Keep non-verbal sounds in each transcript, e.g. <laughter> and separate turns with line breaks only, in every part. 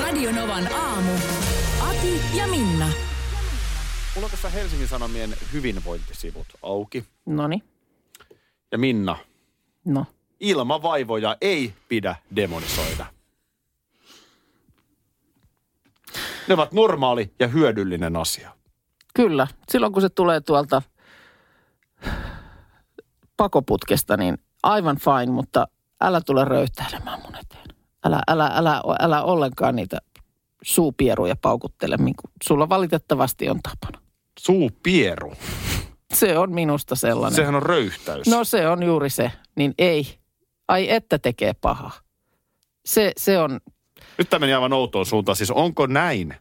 Radionovan aamu. Ati ja Minna.
Mulla on tässä Helsingin Sanomien hyvinvointisivut auki.
Noni,
Ja Minna,
no.
ilmavaivoja ei pidä demonisoida. Ne ovat normaali ja hyödyllinen asia.
Kyllä, silloin kun se tulee tuolta pakoputkesta, niin aivan fine, mutta älä tule röyhtäilemään mun eteen. Älä, älä, älä, älä ollenkaan niitä suupieruja paukuttele, niin kuin sulla valitettavasti on tapana.
Suupieru.
Se on minusta sellainen.
Sehän on röyhtäys.
No se on juuri se, niin ei. Ai että tekee pahaa. Se, se on,
Nyt tämä meni aivan outoon suuntaan. Siis onko näin,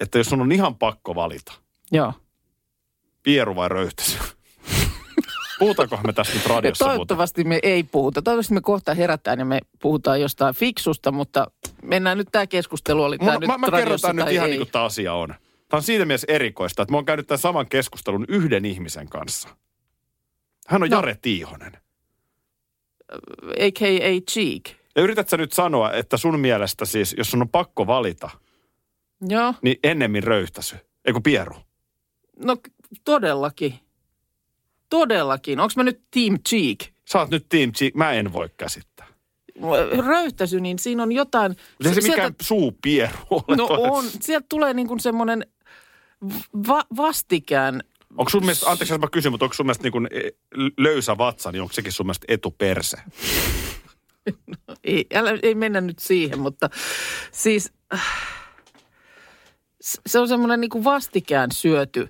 että jos sun on ihan pakko valita,
joo.
pieru vai
<laughs>
röyhtäys? Puhutaankohan me tästä nyt
Ja
radiossa muuten?
toivottavasti me ei puhuta. Toivottavasti me kohta herätään ja me puhutaan jostain fiksusta, mutta mennään nyt tämä keskustelu. Oli tää
Mun,
nyt
mä, mä kerron
radiossa
tämän nyt
tai
ihan
ei.
niin kuin tämä asia on. Tämä on siitä mielessä erikoista, että mä oon käynyt tämän saman keskustelun yhden ihmisen kanssa. Hän on
No.
Jare Tiihonen.
A.K.A. Cheek.
Ja yrität sä nyt sanoa, että sun mielestä siis, jos sun on pakko valita,
Joo,
niin ennemmin röyhtäsy. Eiku pieru.
no k- todellakin. Todellakin. Onko mä nyt Team Cheek?
Sä oot nyt Team G, mä en voi käsittää.
Röyhtäsy, niin siinä on jotain...
Ei se
sieltä-
mikään suupieru ole.
No
toi.
on. Sieltä tulee niin kuin semmoinen va- vastikään...
Onko sun mielestä, anteeksi jos mä kysyn, mutta onko sun mielestä niin kuin e, löysä vatsa, niin onko sekin sun mielestä etuperse?
Ei, älä, ei mennä nyt siihen, mutta siis äh, s- se on semmoinen niin vastikään syöty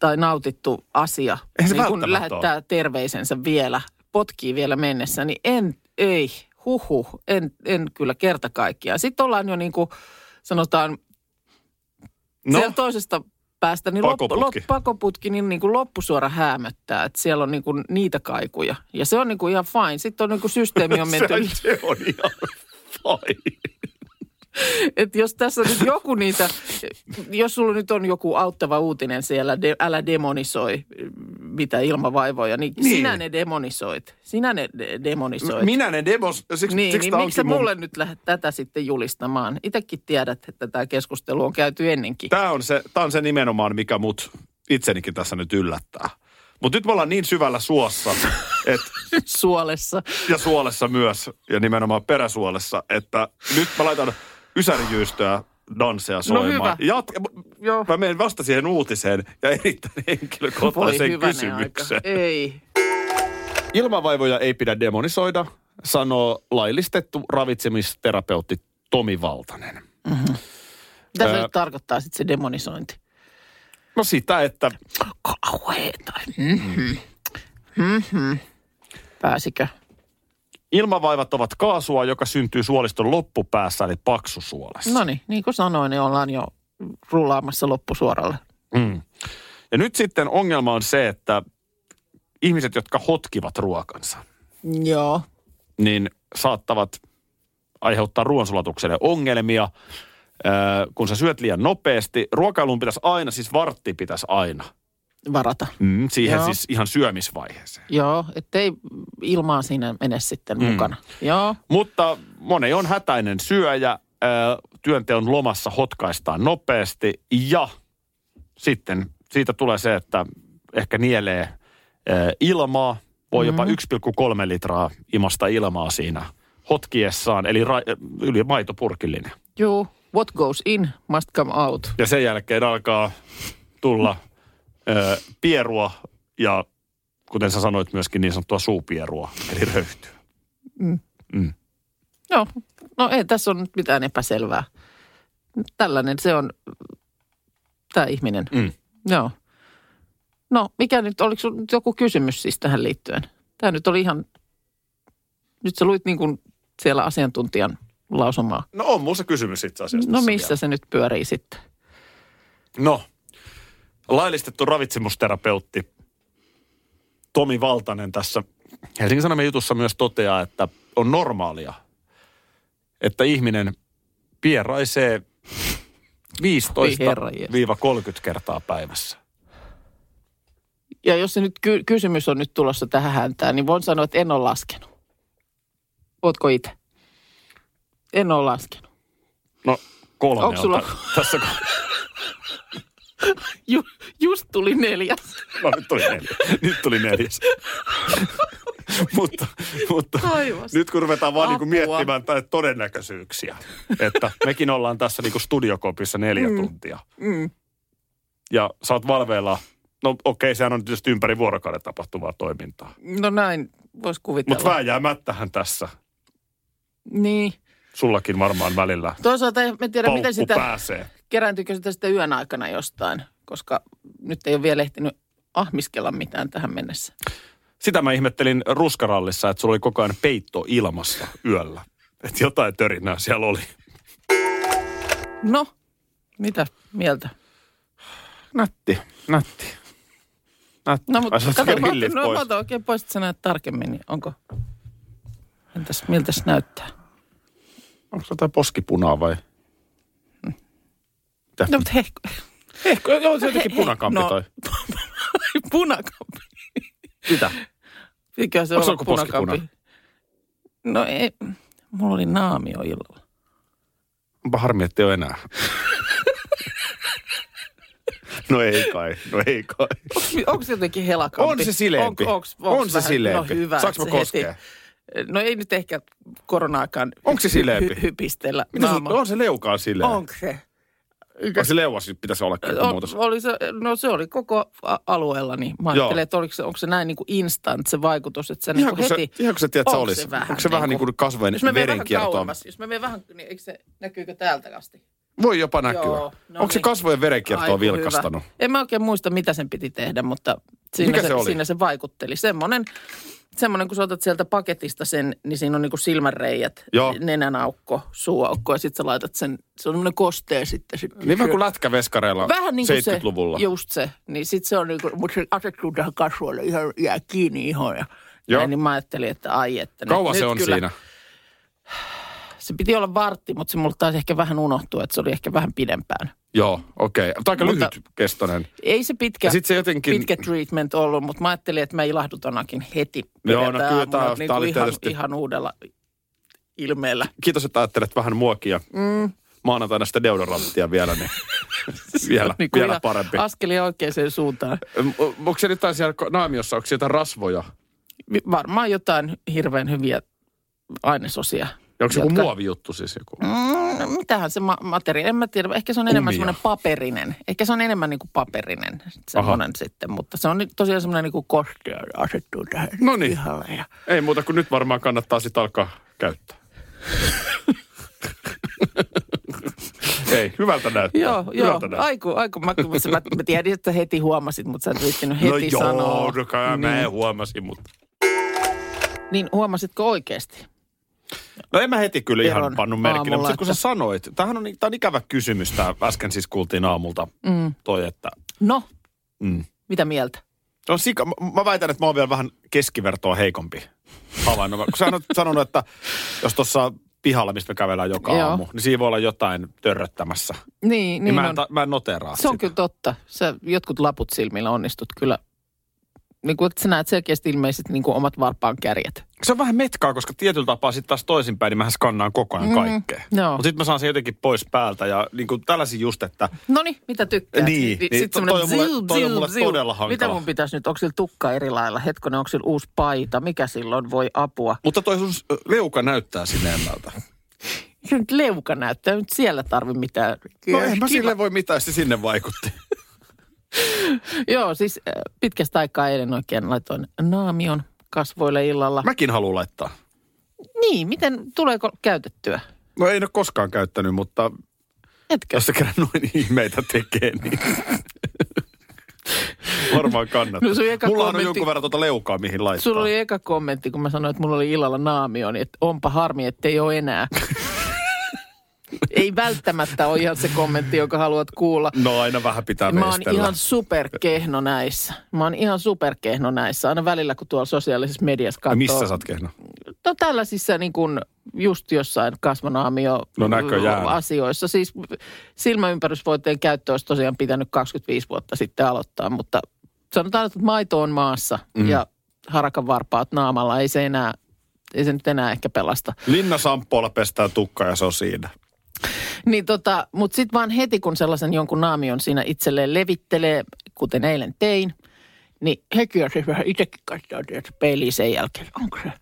tai nautittu asia.
Eihän se
niin kun
välttämättä
lähettää terveisensä vielä, potkii vielä mennessä, niin en, ei, huhu, en, en kyllä kerta kaikkiaan. Sitten ollaan jo niin kuin sanotaan no. siellä toisesta päästä, niin pakoputki, loppu,
Pakoputki.
lop, pakoputki niin, niin kuin loppusuora häämöttää, että siellä on niin kuin niitä kaikuja. Ja se on niin kuin ihan fine. Sitten on niin kuin systeemi on menty,
Sehän <laughs> se on ihan fine.
että jos tässä nyt joku niitä, jos sulla nyt on joku auttava uutinen siellä, de, älä demonisoi mitä ilmavaivoja, niin,
Niin.
niin, sinä ne demonisoit. Sinä ne de- demonisoit.
Minä ne demos, siksi,
Niin,
siksi
niin
tää
miksi sä
onkin mun-
mulle nyt lähdet tätä sitten julistamaan? Itekin tiedät, että tämä keskustelu on käyty ennenkin.
Tämä on, se, tää on se nimenomaan, mikä mut itsenikin tässä nyt yllättää. Mutta nyt me ollaan niin syvällä
<laughs>
suossa et,
Suolessa.
ja suolessa myös, ja nimenomaan peräsuolessa, että nyt mä laitan ysärijyystöä dansseja soimaan.
No hyvä.
Jat-
Joo.
mä menen vasta siihen uutiseen ja erittäin henkilökohtaiseen
hyvänen
kysymykseen.
Aika. Ei.
Ilmavaivoja ei pidä demonisoida, sanoo laillistettu ravitsemisterapeutti Tomi Valtanen.
Mitä
Ää,
se nyt tarkoittaa sitten se demonisointi?
No sitä, että
Kauheeta. Mhm.
Mm.
Mhm. Pääsikö?
Ilmavaivat ovat kaasua, joka syntyy suoliston loppupäässä, eli paksusuolessa.
No niin, niin kuin sanoin, niin ollaan jo rullaamassa loppusuoralle.
Mm. Ja nyt sitten ongelma on se, että ihmiset, jotka hotkivat ruokansa,
Joo.
niin saattavat aiheuttaa ruoansulatukselle ongelmia, öö, kun sä syöt liian nopeasti. Ruokailuun pitäisi aina, siis vartti pitäisi aina,
Varata.
mm, siihen
Joo.
siis ihan syömisvaiheeseen.
Joo, ettei ilmaa siinä mene sitten mm. mukana. Joo.
Mutta moni on hätäinen syöjä, ää, työnteon lomassa hotkaistaan nopeasti ja sitten siitä tulee se, että ehkä nielee ää, ilmaa, voi jopa
Mhm.
1,3 litraa imasta ilmaa siinä hotkiessaan, eli ra- yli maitopurkillinen.
Joo. What goes in must come out.
Ja sen jälkeen alkaa tulla ää, pierua ja kuten sä sanoit myöskin niin sanottua suupierua, eli röyhtyä.
Joo. No ei tässä on nyt mitään epäselvää. Tällainen se on tämä ihminen.
Mm.
Joo. No, mikä nyt, oliko sinulla nyt joku kysymys siis tähän liittyen? Tämä nyt oli ihan, nyt sä luit niin kuin siellä asiantuntijan lausumaa?
No on mulla se kysymys itse asiassa.
No
tässä
missä se nyt pyörii sitten?
vielä. No, laillistettu ravitsemusterapeutti Tomi Valtanen tässä Helsingin Sanomien jutussa myös toteaa, että on normaalia, että ihminen pieraisee
Voi herra jestas.
15-30 kertaa päivässä.
Ja jos se nyt ky- kysymys on nyt tulossa tähän häntään, niin voin sanoa, että en ole laskenut. Ootko itse? En ole laskenut.
No kolme
Onks
on
sulla-
tä- tässä. Kun...
Ju- just tuli neljäs.
No nyt tuli neljäs. Nyt tuli neljäs. mutta, mutta
Taivas.
nyt kun ruvetaan vaan niinku
Apua.
miettimään tai todennäköisyyksiä, että mekin ollaan tässä niinku studiokopissa neljä tuntia.
Mm.
Ja sä oot valveilla, no okei, sehän on tietysti ympäri vuorokauden tapahtuvaa toimintaa.
No näin voisi kuvitella.
Mutta vääjäämättähän tässä
Niin.
sullakin varmaan välillä
Toisaalta en mä tiedä, miten
paukku
sitä,
pääsee.
kerääntyykö sitä sitten yön aikana jostain, koska nyt ei ole vielä ehtinyt ahmiskella mitään tähän mennessä.
Sitä mä ihmettelin ruskarallissa, että sulla oli koko ajan peitto ilmassa yöllä. Että jotain törinää siellä oli.
No, mitä mieltä?
Nätti, nätti. nätti.
No,
Ai,
mutta
sä oot
kato, mä
kyllä
otan,
hillit
no, mä
pois.
otan oikein pois, että sä näet tarkemmin, niin onko... Entäs, miltä se näyttää?
Onko se jotain tota poskipunaa vai?
No, mutta <laughs> heh,
Ehkä, joo, se jotenkin
Hei,
punakampi
no.
toi.
punakampi.
Mitä?
Mikä se
Onko se
on
joku
punakampi?
poskipuna?
No ei, mulla oli naamio illalla.
Onpa harmi, ettei ole enää. no ei kai, no ei kai.
Onko se jotenkin helakampi?
On se sileempi.
Onko, onks, onks
On se
vähän-
sileempi.
No hyvä,
Saanko mä
se heti-
koskea?
No ei nyt ehkä koronaakaan
Onks se sileempi?
hypistellä
Mitä se,
naama.
on se leukaan silleen.
Onko se?
Onko se leuas pitäisi olla kyllä
On,
muutos?
oli se, no se oli koko a- alueella, niin mä ajattelin, että oliko se, onko se näin niin kuin instant se vaikutus, että se niin
Ihan kun,
kuin
se,
heti...
ihan kun sä tiedät, se
Onks
olisi. Onko se vähän niin
niinku-
kuin kasvojen
Jos mä menen vähän
verenkiertoa?
kauemmas, jos mä menen vähän, niin eikö se, näkyykö täältä asti?
Voi jopa näkyä.
Joo, no
Onko se
niin.
kasvojen verenkiertoa
Aiku, hyvä.
vilkastanut? Niin
En mä oikein muista, mitä sen piti tehdä, mutta siinä,
Mikä
se,
se oli?
siinä se vaikutteli. Semmoinen, semmoinen, kun sä otat sieltä paketista sen, niin siinä on niinku silmänreijät,
Joo.
nenänaukko, suuaukko ja sitten sä laitat sen, se on semmoinen kostea sitten. sitten
Niin vähän kuin lätkäveskareilla
Vähän niin kuin se,
70-luvulla.
just se. Niin sit se on niin kuin, mutta se asettuu tähän kasvoille ihan, jää kiinni ihan ja
Joo.
Joo. Näin, niin mä ajattelin, että ai, että nyt-
Niin. Kauan
nyt
se on
kyllä,
siinä.
Se piti olla vartti, mutta se mulle taisi ehkä vähän unohtua, että se oli ehkä vähän pidempään.
Joo, okei. Okay. Aika
Mutta-
lyhytkestoinen.
Ei se pitkä,
Ja sit se jotenkin-
pitkä treatment ollut, mutta mä ajattelin, että mä ilahdutanakin heti.
Joo, no
Pidetään
kyllä
aamulla
tää-
niin
tää
kuin
oli
ihan,
tietysti-
ihan uudella ilmeellä.
Kiitos, että ajattelet vähän muokia. Mm. Maanantaina sitä deodoranttia vielä,
<laughs>
niin <laughs> vielä,
Niin kuin
vielä
ihan
parempi.
Askelia oikeaan suuntaan.
Ö, o- Onko se jotain siellä ko- naamiossa, onko siellä jotain rasvoja?
Vi- Varmaan jotain hirveän hyviä ainesosia.
Ja onko se joku
Jotka-
muovijuttu siis joku?
Mm, mitähän se ma- materiaali, en mä tiedä. Ehkä se on enemmän
Umia.
semmoinen paperinen. Ehkä se on enemmän niin kuin paperinen semmoinen sitten, mutta se on nyt tosiaan semmoinen niin kuin kostea ja asettuu tähän
Noniin.
pihalle. Ja...
Ei muuta kuin nyt varmaan kannattaa sitten alkaa käyttää.
<laughs>
Ei, hyvältä näyttää.
Joo, joo.
hyvältä näyttää.
Aiku, aiku. Mä, mä, mä, mä tiedin, että sä heti huomasit, mutta sä et viittinyt heti
no joo,
sanoa.
no kai mä en huomasin, mutta...
Niin huomasitko oikeasti?
No en mä heti kyllä ihan
Veron
pannut merkille,
aamulla,
mutta sit kun sä sanoit, tämähän on, tää on ikävä kysymys, tää äsken siis kuultiin aamulta
Mm.
toi, että
No,
Mm.
mitä mieltä?
Se on sika, mä- mä väitän, että mä oon vielä vähän keskivertoa heikompi havainno. Kun sä oot sanonut, että jos tuossa pihalla, mistä me kävellään joka
Joo.
aamu, niin siinä voi olla jotain törröttämässä. Niin,
Niin,
niin
niin
mä, en,
on.
ta- mä en noteraa
Se on
sitä.
kyllä totta. Sä jotkut laput silmillä onnistut kyllä. Niin kuin, että sä näet selkeästi ilmeisesti niin kuin omat varpaan kärjet.
Se on vähän metkaa, koska tietyllä tapaa sitten taas toisinpäin, niin mähän skannaan koko ajan
Mm,
kaikkea.
joo.
Mutta sitten mä saan sen jotenkin pois päältä ja niin kuin tällaisin just, että
No niin, mitä tykkää?
Niin, niin, to- toi on mulle- toi on mulle todella hankala.
Mitä mun pitäisi nyt? Onko sillä tukka eri lailla? Hetkonen, onko sillä uusi paita? Mikä silloin voi apua?
mutta toi sun ö, leuka näyttää sineemmältä.
Se nyt leuka näyttää, nyt siellä tarvi mitään.
No en mä
Kiva.
sille voi mitään, se sinne
<laughs>
vaikutti.
Joo, siis äh, pitkästä aikaa eilen oikein laitoin naamion kasvoille illalla. Mä...
Mäkin haluan laittaa.
Niin, miten, tuleeko käytettyä?
No ei ole koskaan käyttänyt, mutta
Etkö?
Jos No se kerran noin ihmeitä tekee, niin <laughs> varmaan kannattaa.
No sun eka
Mulla on
kommentti- e-
jonkun verran tuota leukaa, mihin laittaa. <laughs>
Sulla oli eka kommentti, kun mä sanoin, että mulla oli illalla naamio, niin että onpa harmi, että ei ole enää. Ei välttämättä ole ihan se kommentti, jonka haluat kuulla.
No aina vähän pitää
Mä oon
veistellä.
ihan superkehno näissä. Mä oon ihan superkehno näissä. Aina välillä, kun tuolla sosiaalisessa mediassa katsoo.
Ja Missä sä oot kehno?
No tällaisissa niin kuin just jossain kasvonaamio
No näköjään.
asioissa. Siis silmäympärysvoiteen käyttö olisi tosiaan pitänyt 25 vuotta sitten aloittaa, mutta sanotaan, että maito on maassa mm. ja harakan varpaat naamalla. Ei se enää, ei se nyt enää ehkä pelasta.
Linna Samppoilla pestää tukka ja se on siinä.
Niin tota, mutta sitten vaan heti kun sellaisen jonkun naamion siinä itselleen levittelee, kuten eilen tein, niin heti on se vähän itsekin katsoo sieltä peiliin sen jälkeen, onko se,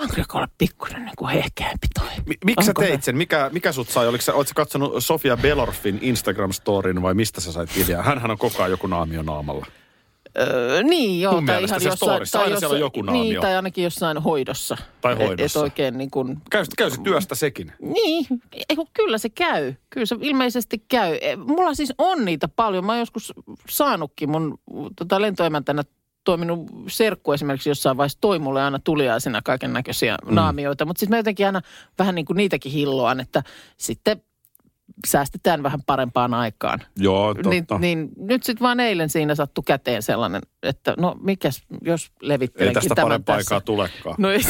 onko se olla pikkuinen niin kuin hehkeämpi toi.
Mi- miksi sä
Onko se-
teit sen? Mikä, mikä sut sai? Oliko sä, oot sä katsonut Sofia Belorfin Instagram-storin vai mistä sä sait ideaa? Hänhän on koko ajan joku naamio naamalla.
Öö, niin joo,
Mun
tai
mielestä
ihan
se
jossain,
storissa, aina siellä on joku naamio.
Niin, tai ainakin jossain hoidossa.
Tai
Et-
hoidossa.
Et oikein niin kuin,
Käy, käy se työstä sekin.
niin, ei, kun kyllä se käy. Kyllä se ilmeisesti käy. E, Mulla siis on niitä paljon. Mä oon joskus saanutkin mun tota, lentoemäntänä toiminut serkku esimerkiksi jossain vaiheessa toi mulle aina tuliaisena kaiken näköisiä mm. naamioita. Mutta sitten mä jotenkin aina vähän niin kuin niitäkin hilloan, että sitten säästetään vähän parempaan aikaan.
Joo, totta.
Niin, niin nyt sitten vaan eilen siinä sattui käteen sellainen, että no mikäs, jos
Ei
levittelenkin
tästä
tämän
parempaa
tässä.
aikaa tulekaan.
No, ei,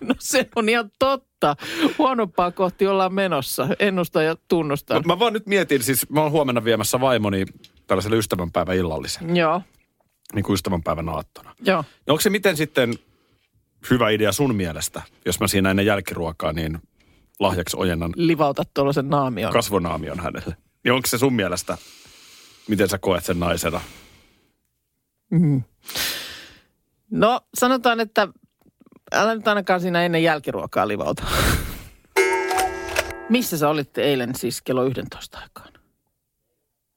no se <laughs> on ihan totta. Huonompaa kohti ollaan menossa. Ennusta ja tunnusta.
Mä, mä vaan nyt mietin, siis mä oon huomenna viemässä vaimoni tällaiselle ystävänpäivän illallisen,
Joo,
niin kuin ystävänpäivän aattona.
joo.
No onko se miten sitten hyvä idea sun mielestä, jos mä siinä ennen jälkiruokaa niin lahjaksi ojennan
Livautat tuollaisen naamion.
kasvonaamion hänelle? Niin onko se sun mielestä, miten sä koet sen naisena?
No sanotaan, että älä nyt ainakaan siinä ennen jälkiruokaa livauta. <laughs> Missä sä olit eilen siis kello 11 aikaan?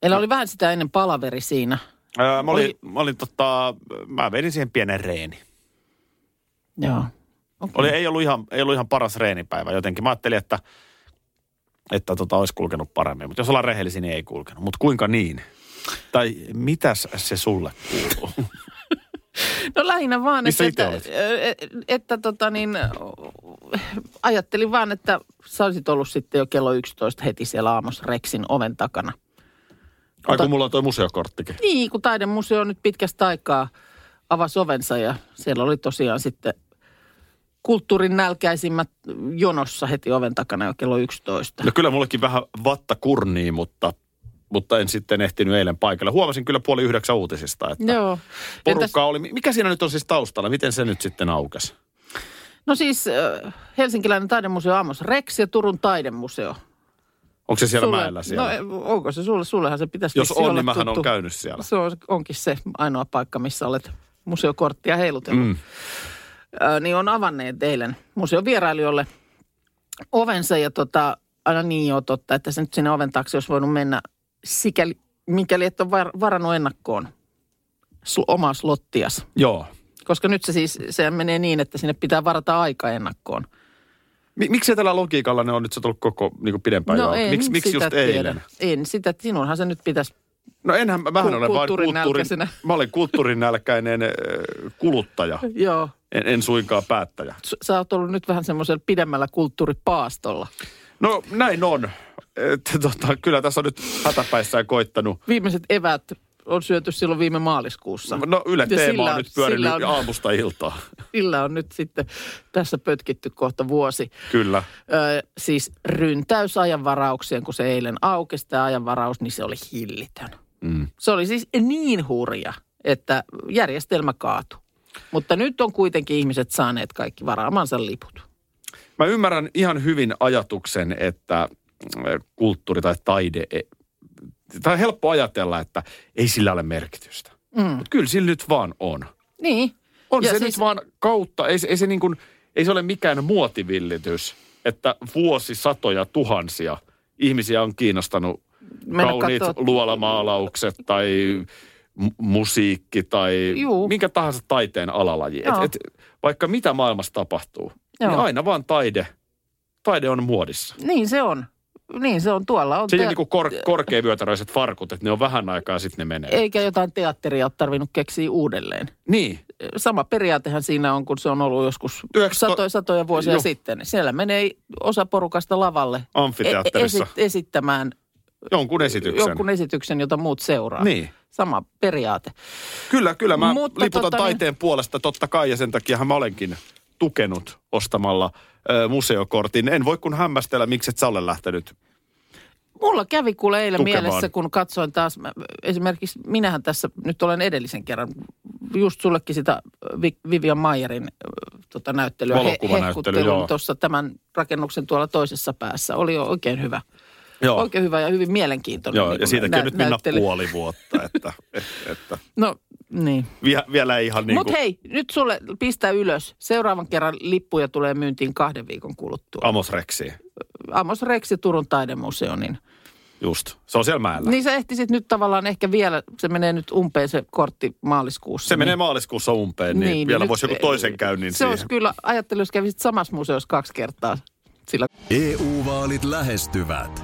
Meillä oli vähän sitä ennen palaveri siinä.
Ää, mä, olin,
Oli-
mä, olin tota, mä vedin siihen pienen reeni.
Joo.
Oli, ei, ollut ihan, ei ollut ihan paras reenipäivä jotenkin. Mä ajattelin, että, että tota, olisi kulkenut paremmin. Mutta jos ollaan rehellisiä, niin ei kulkenut. Mutta kuinka niin? Tai mitäs se sulle kuuluu?
No lähinnä vaan,
Missä
että,
itse
että, että, että tota niin, ajattelin vaan, että sä olisit ollut sitten jo kello 11 heti siellä aamussa Rexin oven takana.
Ai kun mulla on toi museokorttikin.
Niin, kun taidemuseo nyt pitkästä aikaa avasi ovensa ja siellä oli tosiaan sitten kulttuurin nälkäisimmät jonossa heti oven takana jo kello 11.
No kyllä mullekin vähän vatta kurniin, mutta, mutta en sitten ehtinyt eilen paikalle. Huomasin kyllä puoli yhdeksän uutisista, että
Joo. Entäs,
porukkaa oli. Mikä siinä nyt on siis taustalla? Miten se nyt sitten aukesi?
no siis äh, Helsinkiläinen taidemuseo Amos Rex ja Turun taidemuseo.
Onko se siellä
Sulle-
mäellä siellä?
No onko se sulle? Sullehan se pitäisi
Jos
vissiin
on,
olla
niin mähän
tuttu.
on käynyt siellä.
Se on, onkin se ainoa paikka, missä olet museokorttia heilutellut. Mm. Ö, niin on avanneet eilen museon vierailijoille ovensa ja tota, aina niin joo totta, että se nyt sinne oven taakse olisi voinut mennä sikäli, mikäli et ole var, varannut ennakkoon sl- omaa slottias.
Joo.
Koska nyt se siis, se menee niin, että sinne pitää varata aika ennakkoon.
Mi- miksi tällä logiikalla ne on nyt se tullut koko niin kuin pidempään jo?
No en
Miksi, miksi
sitä
just
tiedä.
eilen?
En sitä, sinunhan se nyt pitäisi
No enhän, mä- mähän
Ku-
olen vain kulttuurin,
kulttuurinälkäisenä.
mä olen kulttuurinälkäinen äh, kuluttaja,
Joo,
en, en suinkaan päättäjä.
S- sä oot ollut nyt vähän semmoisella pidemmällä kulttuuripaastolla.
No näin on. Et, tota, kyllä tässä on nyt hätäpäissään koittanut.
Viimeiset evät on syöty silloin viime maaliskuussa.
No Yle
Ja
Teema
sillä
on nyt pyörinyt
Sillä on,
aamusta iltaa.
sillä on nyt sitten tässä pötkitty kohta vuosi.
Kyllä.
Ö, siis ryntäys ajanvarauksien, kun se eilen aukesi tämä ajanvaraus, niin se oli hillitön.
Mm.
Se oli siis niin hurja, että järjestelmä kaatui. Mutta nyt on kuitenkin ihmiset saaneet kaikki varaamansa liput.
Mä ymmärrän ihan hyvin ajatuksen, että äh, kulttuuri tai taide, e- tai on helppo ajatella, että ei sillä ole merkitystä. Mm. Mutta kyllä sillä nyt vaan on.
Niin.
On
Ja
se
siis-
nyt vaan kautta, ei, se- ei, se niin kuin, ei se ole mikään muotivillitys, että vuosisatoja tuhansia ihmisiä on kiinnostanut
Mennä
kauniit
kattoo-
luolamaalaukset tai mu- musiikki tai
Juu.
minkä tahansa taiteen alalaji.
Joo.
Et, et, vaikka mitä maailmassa tapahtuu,
Joo.
niin aina vaan taide, taide on muodissa.
Niin se on. niin se on tuolla. On
Se
te-
niin kuin kor- korkeavyötäröiset farkut, että ne on vähän aikaa, sitten ne menee.
Eikä jotain teatteria ole tarvinnut keksiä uudelleen.
Niin.
Sama periaatehan siinä on, kun se on ollut joskus
Yhdeksäs-
satoja, satoja vuosia
Juh.
sitten. Niin Siellä menee osa porukasta lavalle
Amfiteatterissa.
e- esi- esittämään
Jonkun esityksen.
jonkun esityksen, jota muut seuraa.
Niin.
Sama periaate.
Kyllä, kyllä. Mä
Mutta
liputan
tota niin-
taiteen puolesta totta kai ja sen takiahan mä olenkin tukenut ostamalla ö, museokortin. En voi kun hämmästellä, miksi et sä ole lähtenyt.
Mulla kävi kuule eilen
Tukevaan.
mielessä, kun katsoin taas, mä- esimerkiksi minähän tässä nyt olen edellisen kerran, just sullekin sitä äh, Vi- Vivian Mayerin äh, tota, näyttelyä,
Valokuvanäyttely,
hehkuttelun
joo.
tuossa tämän rakennuksen tuolla toisessa päässä. Oli jo oikein hyvä.
Joo.
Oikein hyvä ja hyvin mielenkiintoinen.
Joo,
niin
ja
kuin
siitäkin
nä-
on nyt minä
näyttely.
puoli vuotta, että, että
No niin.
vie, vielä ei ihan
niin
niin
Mutta
kuin
hei, nyt sulle pistä ylös. Seuraavan kerran lippuja tulee myyntiin kahden viikon kuluttua.
Amos Rexiin.
Amos Reksi Turun taidemuseo, niin
Just. Se on siellä mäellä.
Niin sä ehtisit nyt tavallaan ehkä vielä, se menee nyt umpeen se kortti maaliskuussa. niin-
Se menee maaliskuussa umpeen, niin, niin vielä
nyt-
voisi joku toisen käynnin
Se
siihen.
olisi kyllä, ajattelin, jos kävisit samassa museossa kaksi kertaa. Sillä
EU-vaalit E lähestyvät.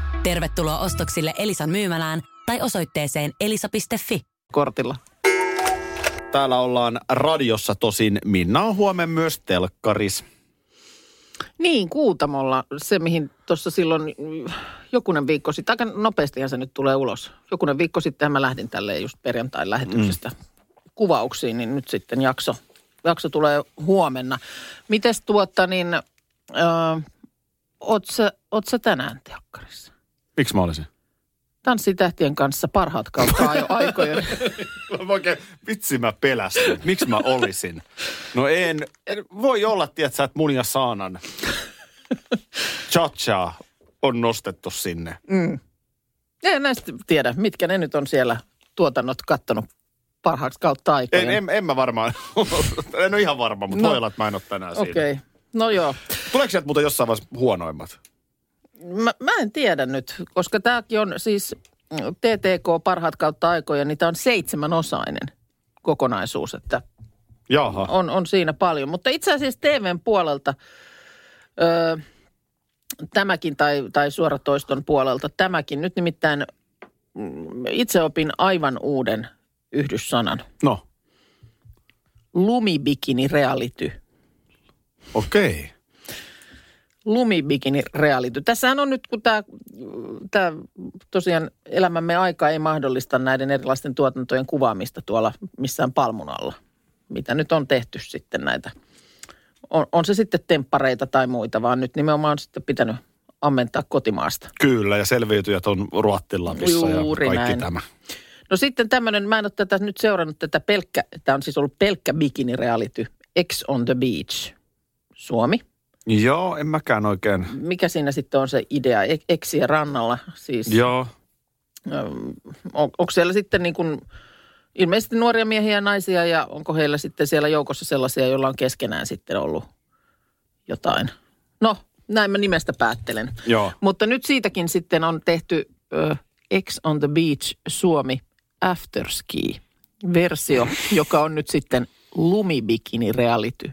Tervetuloa ostoksille Elisan myymälään tai osoitteeseen elisa.fi.
kortilla.
Täällä ollaan radiossa tosin. Minna on huomenna myös telkkaris.
Niin, Kuutamolla, se mihin tuossa silloin mm, jokunen viikko sitten, aika nopeastihan se nyt tulee ulos. Jokunen viikko sitten mä lähdin tälle just perjantain lähetyksestä
Mm.
kuvauksiin, niin nyt sitten jakso, jakso tulee huomenna. Mites tuota niin, öö, oot, sä, oot sä tänään telkkarissa?
Miksi mä olisin?
Tanssi tähtien kanssa parhaat
<laughs>
kautta ajo- aikojen.
Mä oikein, vitsi mä pelästyn. Miksi mä olisin? No en, en voi olla, tiedätkö, että mun ja Saanan cha on nostettu sinne.
Niin. En näistä tiedä, mitkä ne nyt on siellä tuotannot kattonut parhaaksi kautta aikojen.
En, en, en mä varmaan, en ole ihan varma, mutta
No.
no. voi olla, että mä en ole tänään okay. siinä.
Okei, okay. no joo.
Tuleeko sieltä muuten jossain vaiheessa huonoimmat?
Mä, mä en tiedä nyt, koska tämäkin on siis mm, TTK parhaat kautta aikoja, niin tämä on seitsemänosainen kokonaisuus, että
Jaha.
on, on siinä paljon. Mutta itse asiassa TVn puolelta, öö, tämäkin tai, tai suoratoiston puolelta, tämäkin. Nyt nimittäin mm, itse opin aivan uuden yhdyssanan.
No,
Lumibikini reality.
okei. Okay.
lumibikini reality. Tässähän on nyt, kun tämä, tämä tosiaan elämämme aika ei mahdollista näiden erilaisten tuotantojen kuvaamista tuolla missään palmun alla. Mitä nyt on tehty sitten näitä. On, on se sitten temppareita tai muita, vaan nyt nimenomaan on sitten pitänyt ammentaa kotimaasta.
Kyllä, ja selviytyjät on Ruottin Lapissa
Juuri
ja kaikki
näin.
tämä.
No sitten tämmöinen, mä en ole tätä nyt seurannut tätä pelkkä, tämä on siis ollut pelkkä bikini reality. X on the beach. Suomi.
Joo, en mäkään oikein.
Mikä siinä sitten on se idea? E- Eksien rannalla siis.
Joo.
Öö, on, onko siellä sitten niin kuin, ilmeisesti nuoria miehiä ja naisia ja onko heillä sitten siellä joukossa sellaisia, joilla on keskenään sitten ollut jotain? No, näin mä nimestä päättelen.
Joo.
Mutta nyt siitäkin sitten on tehty ö, X on the Beach Suomi Afterski versio, joka on nyt sitten lumibikini reality.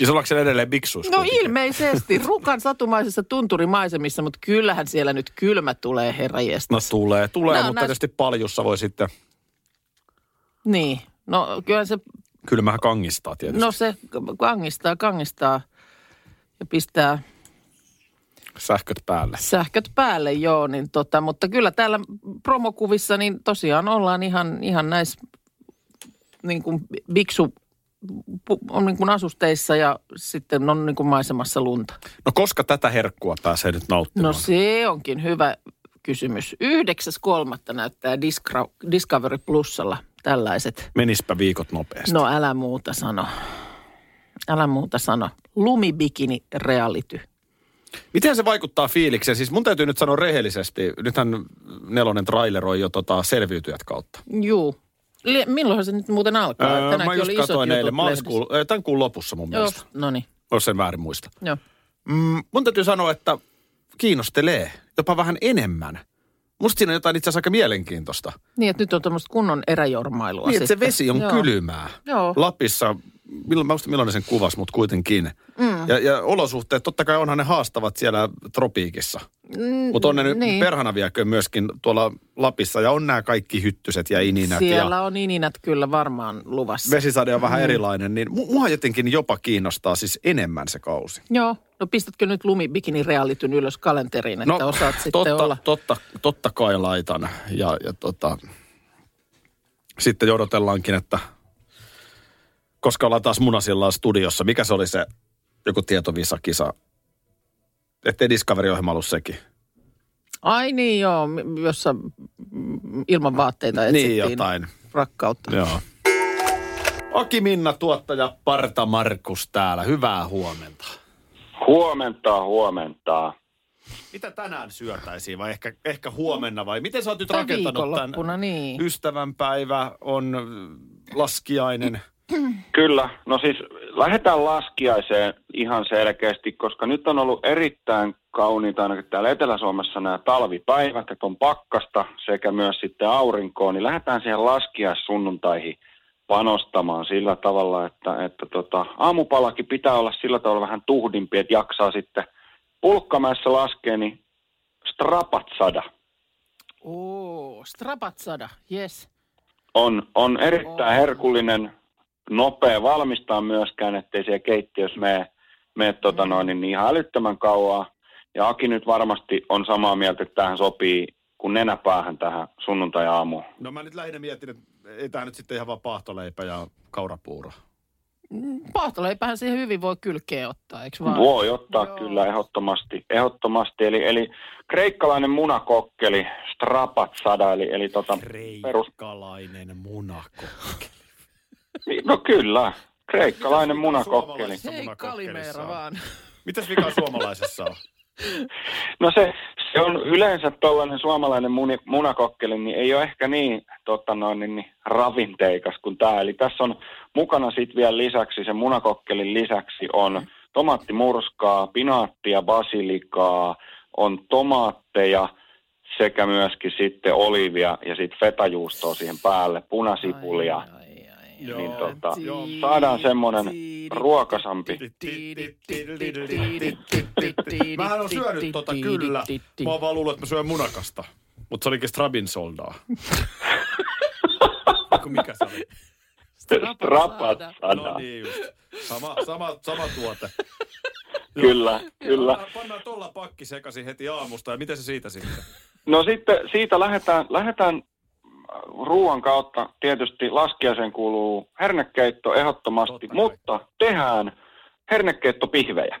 Ja se ollaanko siellä edelleen biksuus?
No
kuitenkin?
ilmeisesti, rukan satumaisessa tunturimaisemissa, mutta kyllähän siellä nyt kylmä tulee herrajesta.
No tulee, tulee,
No,
mutta
näis-
tietysti paljussa voi sitten
Niin, no kyllä se
kylmähän kangistaa tietysti.
No se kangistaa, kangistaa ja pistää
sähköt päälle.
Sähköt päälle, joo. Niin tota, mutta kyllä täällä promokuvissa niin tosiaan ollaan ihan, ihan näissä niin kuin biksu pu- on niin kuin asusteissa ja sitten on niin kuin maisemassa lunta.
No koska tätä herkkua pääsee nyt
No
nauttimaan?
se onkin hyvä kysymys. 9.3. näyttää Discra- Discovery Plusalla tällaiset.
Menispä viikot nopeasti.
No älä muuta sano. Älä muuta sano. Lumibikini reality.
Miten se vaikuttaa fiilikseen? Siis mun täytyy nyt sanoa rehellisesti, nythän nelonen traileroi jo tota selviytyjät kautta.
Juu. Le- milloinhan se nyt muuten alkaa? Tänäänkin
Öö, mä just
oli isot
katsoin
jutut
eilen
lehdissä.
maaliskuun, eh, tämän kuun lopussa mun
Joo,
mielestä,
no niin.
jos sen väärin muista.
Joo.
Mm, mun täytyy sanoa, että kiinnostelee jopa vähän enemmän. Musta siinä on jotain itse asiassa aika mielenkiintoista.
Niin, että nyt on tämmöistä kunnon eräjormailua
Niin, että se
sitten.
vesi on
Joo.
kylmää.
Joo.
Lapissa, milloin, mä muistan milloin ne sen kuvas, mutta kuitenkin. Mm. Ja, ja olosuhteet, totta kai onhan ne haastavat siellä tropiikissa. Mm, mutta on ne nyt
niin.
perhana viekö myöskin tuolla Lapissa. Ja on nämä kaikki hyttyset ja ininät ja
Siellä on ininät kyllä varmaan luvassa.
vesisade on vähän erilainen. Niin mu- mua jotenkin jopa kiinnostaa siis enemmän se kausi.
Joo. No pistätkö nyt lumibikini realityn ylös kalenteriin, että osaat sitten
No, totta,
olla.
Totta, totta kai laitan. Ja, ja tota, sitten jo odotellaankin, että koska ollaan taas munasillaan studiossa, mikä se oli se joku tietovisakisa? Ettei Discovery-ohjelma ollut sekin.
Ai niin joo, m- jossa mm, ilman vaatteita etsittiin
Niin jotain.
rakkautta.
Joo. Aki Minna, tuottaja Parta Markus täällä. Hyvää huomenta.
Huomentaa, huomentaa.
Mitä tänään syötäisiin vai ehkä, ehkä huomenna vai miten sä oot nyt
Tai
rakentanut
viikonloppuna,
tämän?
niin.
Ystävänpäivä on äh, laskiainen.
Kyllä, no siis lähdetään laskiaiseen ihan selkeästi, koska nyt on ollut erittäin kauniita ainakin täällä Etelä-Suomessa nämä talvipäivät, että on pakkasta sekä myös sitten aurinkoon, niin lähdetään siihen laskiaissunnuntaihin panostamaan sillä tavalla, että, että tota, aamupalakin pitää olla sillä tavalla vähän tuhdimpi, että jaksaa sitten pulkkamäessä laskea, niin strapat sada.
Oo, strapatsada, yes.
On, on erittäin herkullinen, nopea valmistaa myöskään, ettei siellä keittiössä mene, mene tota noin, niin ihan älyttömän kauaa. Ja Aki nyt varmasti on samaa mieltä, että tähän sopii kuin nenäpäähän tähän sunnuntai-aamuun.
No mä nyt lähinnä mietin, että ei tämä nyt sitten ihan vaan paahtoleipä ja kaurapuuro.
Mm, Pahtoleipähän siihen hyvin voi kylkeä ottaa, eikö vaan?
Voi ottaa
Joo.
Joo. kyllä ehdottomasti. ehdottomasti. Eli, eli kreikkalainen munakokkeli, strapatsada, eli, eli tota, perus...
Kalainen munako.
No kyllä, kreikkalainen munakokkeli.
Suomalaisessa
Hei
munakokkelissa
Kalimeera
on?
vaan.
Mitäs vika suomalaisessa on?
No se, se on yleensä tuollainen suomalainen muni, munakokkeli, niin ei ole ehkä niin, totta noin, niin, niin ravinteikas kuin tämä. Eli tässä on mukana sitten vielä lisäksi, sen munakokkelin lisäksi on tomaattimurskaa, pinaattia, basilikaa, on tomaatteja sekä myöskin sitten olivia ja sitten fetajuustoa siihen päälle, punasipulia.
Ai, ai, ai, ai.
Niin
Joo.
tota,
Joo.
saadaan semmoinen
Tiidi,
ruokasampi.
Mähän on syönyt tota kyllä. Mä oon vaan luullut, että mä syön munakasta. Mutta se olikin Strabin
<laughs>
soldaa. Eiku, Mikä se oli?
Strapatsada.
No niin just. Sama, sama, sama tuote.
Kyllä, kyllä.
Pannaan- Pannaan tolla pakki sekaisin heti aamusta ja miten se siitä sitten?
No sitten siitä lähdetään, lähdetään ruoan kautta. Tietysti laskiaiseen kuuluu hernekeitto ehdottomasti,
Totta kai.
mutta tehdään hernekeittopihvejä.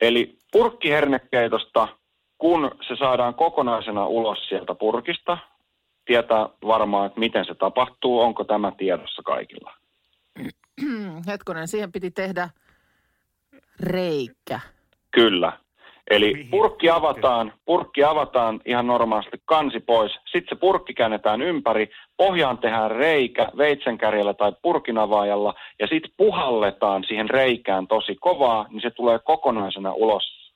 Eli purkki hernekeitosta, kun se saadaan kokonaisena ulos sieltä purkista, tietää varmaan, että miten se tapahtuu, onko tämä tiedossa kaikilla.
Hmm, <clears throat> Hetkonen, siihen piti tehdä reikä.
Kyllä. Eli purkki avataan, purkki avataan ihan normaalisti kansi pois. Sitten se purkki käännetään ympäri, pohjaan tehdään reikä veitsenkärjellä tai purkinavaajalla ja sitten puhalletaan siihen reikään tosi kovaa, niin se tulee kokonaisena ulos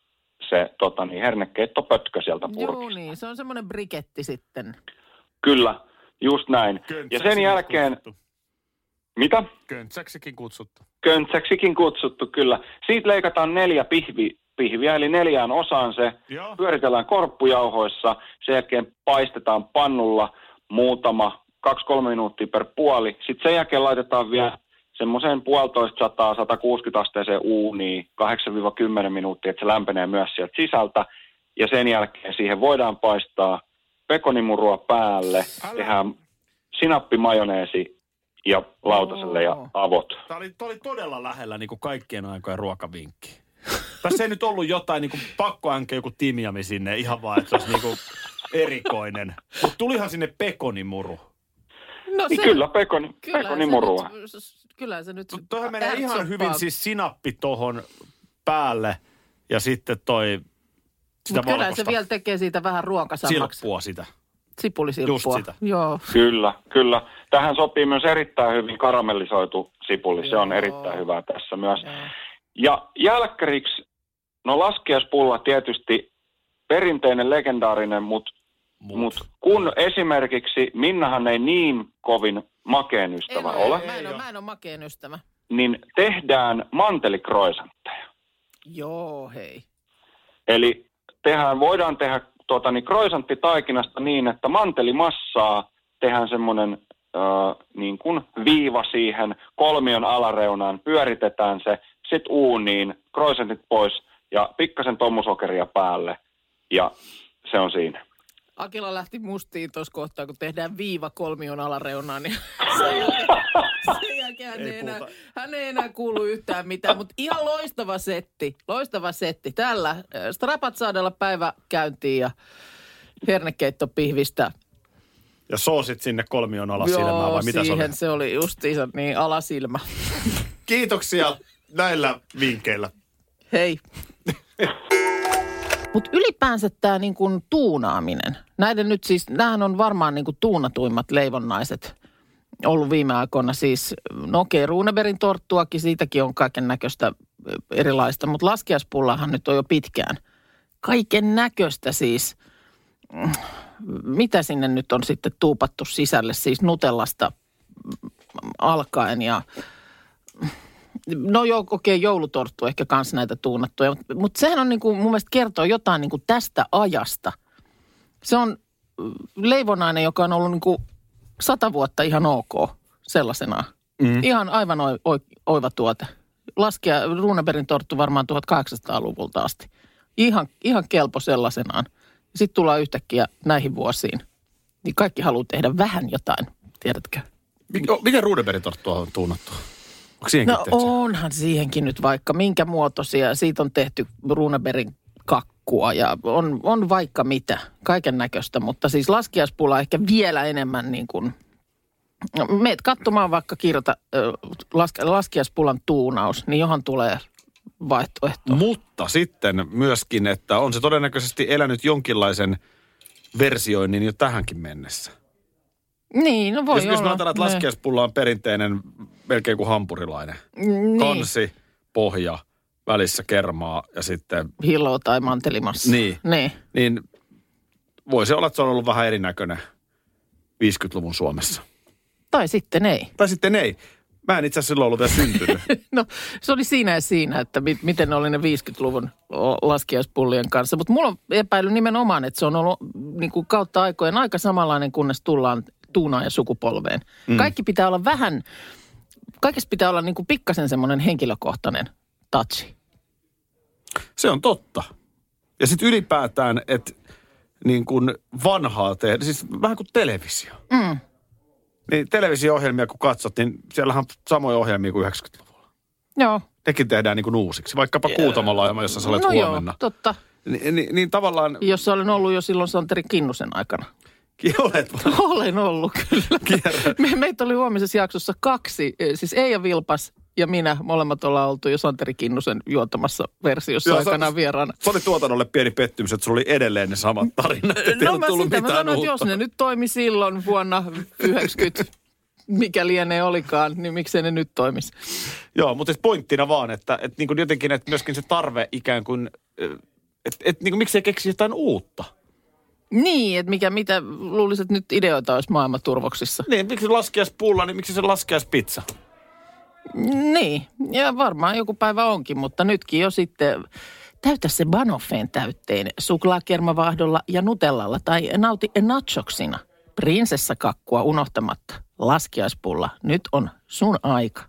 se tota niin, hernekeittopötkö sieltä
Joo
purkista.
niin, se on semmoinen briketti sitten.
Kyllä, just näin. Ja sen jälkeen, mitä?
Köntsäksikin kutsuttu.
Köntsäksikin kutsuttu, kyllä. Siitä leikataan neljä pihvi, pihviä, eli neljään osaan se.
Joo.
Pyöritellään korppujauhoissa, sen jälkeen paistetaan pannulla muutama, kaksi-kolme minuuttia per puoli. Sitten sen jälkeen laitetaan vielä semmoiseen puolitoista sataa, 160 asteeseen uuniin 8-10 minuuttia, että se lämpenee myös sieltä sisältä. Ja sen jälkeen siihen voidaan paistaa pekonimurua päälle,
Älä-
tehdään sinappimajoneesi ja lautaselle ja
Oo.
avot.
Tämä oli, tää oli todella lähellä niin kuin kaikkien aikojen ruokavinkki. Tässä ei nyt ollut jotain niin kuin pakko äänkeä joku timjami sinne ihan vaan, että se olisi niin kuin erikoinen. Mutta tulihan sinne pekonimuru.
No
Niin kyllä, niin pekoni,
kyllä
pekonimurua.
se nyt- s- s- Kyllä se nyt...
Tuohan menee ihan
ärtsoppaa.
hyvin siis sinappi tohon päälle ja sitten toi sitä
Mut kyllä se
valkoista
vielä tekee siitä vähän ruokasammaksi.
silppua sitä.
Sipulisilppua.
Just sitä.
Joo.
Kyllä, kyllä. Tähän sopii myös erittäin hyvin karamellisoitu sipuli. Se on
Joo.
erittäin hyvä tässä myös.
Joo.
Ja jälkkäriksi, no laskiaispulla tietysti perinteinen, legendaarinen, mutta
Mut.
mut kun esimerkiksi Minnahan ei niin kovin makeen
Ei,
ystävä
mä,
ole,
mä, en ole, mä en ole makeen ystävä.
niin tehdään mantelikroisantteja.
Joo, hei.
Eli tehdään, voidaan tehdä tuota, niin kroisanttitaikinasta niin, että mantelimassaa tehdään semmoinen äh, niin kuin viiva siihen kolmion alareunaan, pyöritetään se, sit uuniin, kroisantit pois ja pikkasen tommusokeria päälle ja se on siinä.
Akila lähti mustiin tuossa kohtaa, kun tehdään viiva kolmion alareunaan, niin <laughs> sen jälkeen, sen jälkeen hän, ei enää, hän ei enää kuulu yhtään mitään, mutta ihan loistava setti, loistava setti. Tällä äh, strapat saadella päivä käyntiin ja hernekeitto pihvistä.
Ja soosit sinne kolmion alasilmään vai mitä se oli?
siihen se oli justiinsa niin alasilmä.
Kiitoksia näillä vinkkeillä.
<laughs> Hei. Mutta ylipäänsä tämä niinku tuunaaminen. Näiden nyt siis, nämähän on varmaan niinku tuunatuimmat leivonnaiset ollut viime aikoina. Siis, no okei, Runeberin torttuakin, siitäkin on kaiken näköistä erilaista. Mutta laskiaispullahan nyt on jo pitkään. Kaiken näköistä siis. Mm, Mitä sinne nyt on sitten tuupattu sisälle? Siis nutellasta mm, alkaen ja No joo, okei, joulutorttu ehkä kans näitä tuunattuja, mutta mut sehän on niinku, mun mielestä kertoo jotain niinku tästä ajasta. Se on mm, leivonainen, joka on ollut niinku sata vuotta ihan ok sellaisenaan. Mm. Ihan aivan o- o- oiva tuote. Laskea Runeberin torttu varmaan 1800-luvulta asti. Ihan, ihan kelpo sellaisenaan. Sitten tullaan yhtäkkiä näihin vuosiin. Niin kaikki haluaa tehdä vähän jotain, tiedätkö?
Mik, o, mikä ruudenveritorttua on tuunattu? Onko siihenkin
No
tehty?
onhan siihenkin nyt vaikka minkä muotoisia. Siitä on tehty Runeberin kakkua ja on, on vaikka mitä, kaiken näköistä. Mutta siis laskiaispulla ehkä vielä enemmän niin kuin, no, meet katsomaan vaikka kirjoita ö, laske, laskiaispulan tuunaus, niin johon tulee vaihtoehto.
Mutta sitten myöskin, että on se todennäköisesti elänyt jonkinlaisen versioinnin jo tähänkin mennessä.
Niin, no voi
Jos,
olla.
jos me ajatellaan, että
Ne.
laskiaispulla on perinteinen, melkein kuin hampurilainen.
niin,
Kansi, pohja, välissä kermaa ja sitten,
Hilo tai mantelimassa.
Niin.
niin.
niin voi se olla, että se on ollut vähän erinäköinen 50-luvun Suomessa.
Tai sitten ei.
Tai sitten ei. Mä en itse asiassa silloin ollut vielä
<laughs>
syntynyt.
No se oli siinä ja siinä, että mi- miten ne oli ne 50-luvun o- laskiaispullien kanssa. Mutta mulla on epäily nimenomaan, että se on ollut niin kuin kautta aikojen aika samanlainen, kunnes tullaan tuunaan ja sukupolveen. Mm. Kaikki pitää olla vähän, kaikessa pitää olla niin kuin pikkasen semmoinen henkilökohtainen touch.
Se on totta. Ja sitten ylipäätään, että niin kuin vanhaa tehdä, siis vähän kuin televisio. Mm. Niin televisio-ohjelmia kun katsot, niin siellähän on samoja ohjelmia kuin 90-luvulla.
Joo.
Nekin tehdään niin kuin uusiksi, vaikkapa Kuutamolla, jossa sä olet
no
huomenna.
joo, totta.
Ni, ni, niin tavallaan
Jos olen ollut jo silloin Santeri Kinnusen aikana.
<laughs> olet
<laughs> Olen ollut kyllä. Me, meitä oli huomisessa jaksossa kaksi, eh, siis Eija Vilpas ja minä, molemmat ollaan oltu jo Santeri Kinnusen juontamassa versiossa
Joo,
Joo,
sä-
aikanaan vieraana.
Se oli tuotannolle pieni pettymys, että sulla oli edelleen ne samat tarinat. ettei
No
ole
mä
tullut
sitä mä
mitään
sanoin, että jos
uutta.
ne nyt toimi silloin vuonna 90, mikä lienee olikaan, niin miksei ne nyt toimisi.
Joo, mutta siis pointtina vaan, että, että niin kuin jotenkin että myöskin se tarve ikään kuin, että, että niin kuin, miksei keksi jotain uutta.
Niin, että mikä, mitä luulisit, että nyt ideoita olisi maailma turvoksissa.
Niin, miksi laskiaispulla, niin miksi se laskiaispizza?
Niin, ja varmaan joku päivä onkin, mutta nytkin jo sitten täytä se Banoffeen täytteen suklaakermavaahdolla ja nutellalla tai nauti nachoksina. Prinsessakakkua unohtamatta. Laskiaispulla, nyt on sun aika.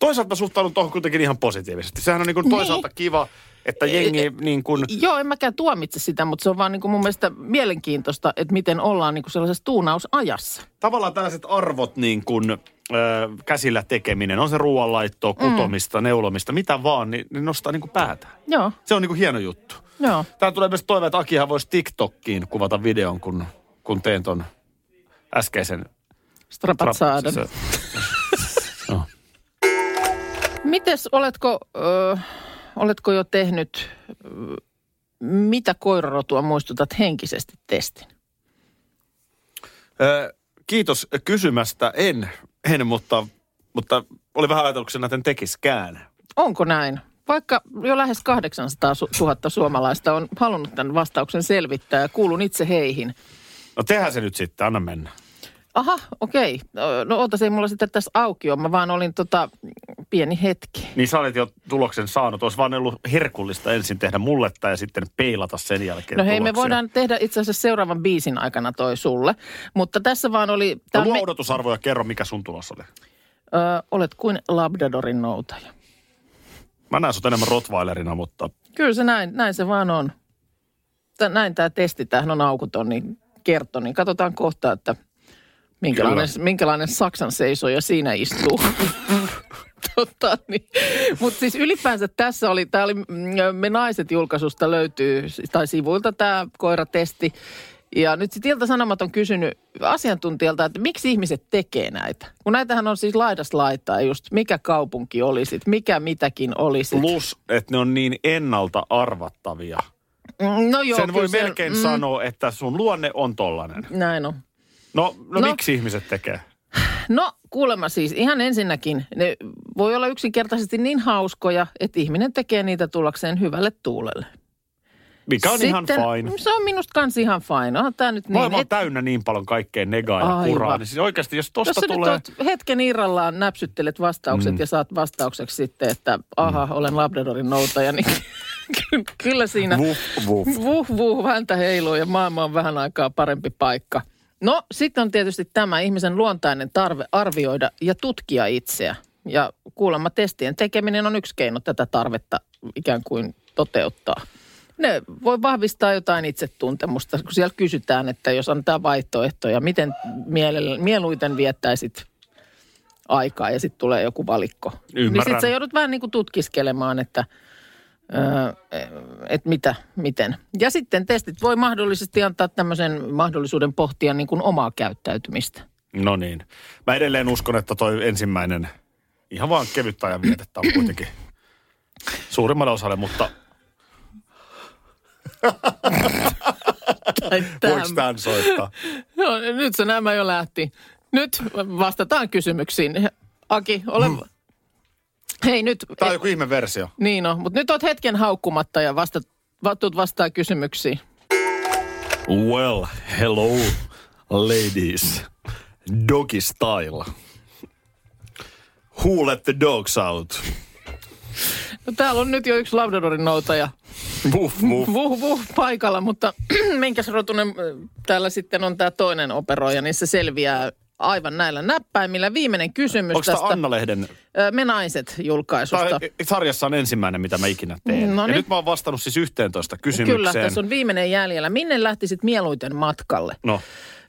Toisaalta mä suhtaudun tuohon kuitenkin ihan positiivisesti. Sehän on niin kuin toisaalta kiva, että jengi niin kuin...
Joo, en mäkään tuomitse sitä, mutta se on vaan niin kuin mun mielestä mielenkiintoista, että miten ollaan niin kuin sellaisessa tuunausajassa.
Tavallaan tällaiset arvot niin kuin ö, käsillä tekeminen, on se ruoanlaittoa, kutomista, neulomista, mitä vaan, niin ne nostaa niin kuin päätään.
Joo,
Se on niin kuin hieno juttu.
joo.
Tää tulee myös toive, että Akihan voisi TikTokkiin kuvata videon, kun, kun teen ton äskeisen...
Strapat saada.
se- <laughs>
Mites, oletko, ö, oletko jo tehnyt, ö, mitä koirarotua muistutat henkisesti testin?
Ö, Kiitos kysymästä. En, en mutta, mutta oli vähän ajatuksena, että en tekiskään.
Onko näin? Vaikka jo lähes 800 su- 000 suomalaista on halunnut tämän vastauksen selvittää ja kuulun itse heihin.
No tehdään se nyt sitten, anna mennä.
Aha, okei. Ö, No ootas, ei mulla sitten tässä auki ole. Mä vaan olin tota, pieni hetki.
Niin sä olet jo tuloksen saanut. Olisi vaan ollut herkullista ensin tehdä mulletta ja sitten peilata sen jälkeen
No hei, me
tuloksia.
voidaan tehdä itse asiassa seuraavan biisin aikana toi sulle. Mutta tässä vaan oli...
No
tää
luo
me-
odotusarvoja, kerro mikä sun tulos oli.
Ö, olet kuin Labdadorin noutaja.
Mä näen sut enemmän Rottweilerina, mutta
Kyllä se näin, näin se vaan on. Tä- Näin tämä testi, tämähän on aukuton, niin kertoo. Niin katsotaan kohta, että minkälainen, minkälainen Saksan seisoja siinä istuu. <laughs> Totta, niin. Mutta siis ylipäänsä tässä oli, tää oli mm, Me naiset julkaisusta löytyy, tai sivuilta tämä koiratesti. Ja nyt sitten Ilta-Sanomat on kysynyt asiantuntijalta, että miksi ihmiset tekee näitä? Kun näitähän on siis laidas laitaa just, mikä kaupunki olisit, mikä mitäkin olisit.
plus, että ne on niin ennalta arvattavia.
Mm, No joo,
Sen voi
kyllä se-
melkein sanoa, että sun luonne on tollanen.
Näin on.
No, no,
No.
no, miksi ihmiset tekee?
No kuulemma siis ihan ensinnäkin, ne voi olla yksinkertaisesti niin hauskoja, että ihminen tekee niitä tullakseen hyvälle tuulelle.
Mikä on ihan fine.
Se on minusta kans ihan fine. Onhan tää nyt niin,
Maailma on täynnä niin paljon kaikkea negaa ja
Aivan.
kuraa. Niin siis oikeasti, jos
jos
tosta
sä
tulee...
nyt oot hetken irrallaan, näpsyttelet vastaukset mm. ja saat vastaukseksi sitten, että aha,
Mm.
olen Labradorin noutaja, niin <laughs> ky- kyllä siinä...
Vuh, vuh.
Vuh, vuh, häntä heiluu ja maailma on vähän aikaa parempi paikka. No, sitten on tietysti tämä ihmisen luontainen tarve arvioida ja tutkia itseä. Ja kuulemma testien tekeminen on yksi keino tätä tarvetta ikään kuin toteuttaa. Ne voi vahvistaa jotain itsetuntemusta, kun siellä kysytään, että jos antaa vaihtoehtoja, miten mielellä, mieluiten viettäisit aikaa ja sitten tulee joku valikko. Niin
Ymmärrän.
sitten sä joudut vähän niin kuin tutkiskelemaan, että – Öö, että mitä, miten. Ja sitten testit voi mahdollisesti antaa tämmöisen mahdollisuuden pohtia niin kuin omaa käyttäytymistä.
No niin. Mä edelleen uskon, että toi ensimmäinen ihan vaan kevyt ajan vietettä on kuitenkin suurimmalle osalle, mutta
Tai
voiko
täm-
tämän soittaa?
no, nyt se nämä jo lähti. Nyt vastataan kysymyksiin. Aki, ole... Hei nyt,
Tämä
eh,
on joku ihme versio.
niin on, mutta nyt oot hetken haukkumatta ja vasta, va- tuut vastaa kysymyksiin.
Well, hello ladies. Doggy style. Who let the dogs out?
No, täällä on nyt jo yksi Labradorin noutaja.
Wuff, wuff.
Vuh, vuh paikalla, mutta <clears throat> minkäs rotunen ö, täällä sitten on tämä toinen operoija, niin se selviää aivan näillä näppäimillä. Viimeinen kysymys
Onko tämä
tästä
Anna-lehden?
ö, Me naiset
Tai
julkaisusta.
sarjassa on ensimmäinen, mitä mä ikinä teen.
No
ja
niin.
nyt mä oon vastannut siis 11 kysymykseen.
Kyllä, tässä on viimeinen jäljellä. Minne lähtisit mieluiten matkalle?
No,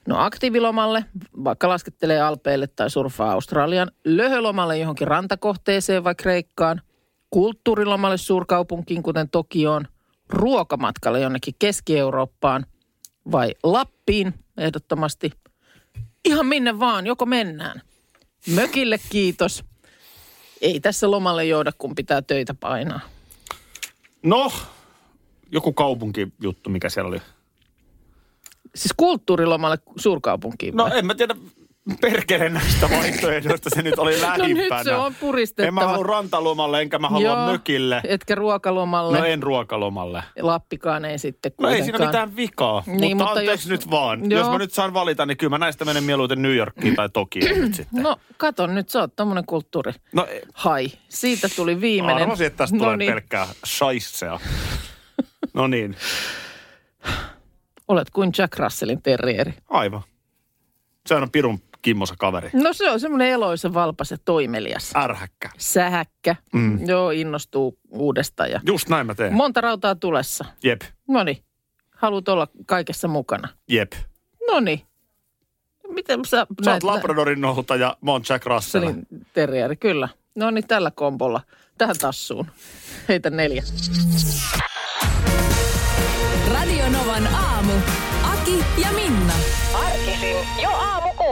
No aktiivilomalle, vaikka laskettelee Alpeille tai surfaa Australian. Löhölomalle johonkin rantakohteeseen vai Kreikkaan. Kulttuurilomalle suurkaupunkiin, kuten Tokioon. Ruokamatkalle jonnekin Keski-Eurooppaan vai Lappiin ehdottomasti. Ihan minne vaan, joko mennään. Mökille kiitos. Ei tässä lomalle jouda, kun pitää töitä painaa.
no joku kaupunkijuttu, mikä siellä oli.
Siis kulttuurilomalle suurkaupunkiin
No
vai?
en mä tiedä perkele näistä vaihtoehdoista, se nyt oli
<laughs> no nyt
lähimpänä.
se on puristettava.
en mä halua rantalomalle, enkä mä halua
Joo,
mökille.
Etkä ruokalomalle.
No en ruokalomalle.
Lappikaan ei sitten
No ei
kuitenkaan.
siinä mitään vikaa, niin, mutta,
mutta
mutta anteeksi
jos-
nyt vaan.
Joo.
Jos mä nyt saan valita, niin kyllä mä näistä menen mieluiten New Yorkiin tai Tokioon nyt sitten.
No kato nyt, sä oot tommonen kulttuuri.
No, e-
Hai, siitä tuli viimeinen.
Arvasin, että tästä tulee
niin,
pelkkää shaissea. No niin,
Olet kuin Jack Russellin terrieri.
aivan. Sehän on pirun kimmosa kaveri.
No se on semmoinen eloisa, valpas ja toimelias.
Ärhäkkä.
Sähäkkä. Mm. Joo, innostuu uudestaan. Ja
Just näin mä teen.
monta rautaa tulessa.
Jep,
No niin, haluat olla kaikessa mukana.
jep.
No niin. Miten sä...
Sä oot Labradorin nohuta ja mä oon Jack Russell.
Niin, terrieri, kyllä. No niin, tällä kombolla. Tähän tassuun. Heitä neljä.
Radio Novan aamu. Aki ja Minna.
Arkisin jo aamu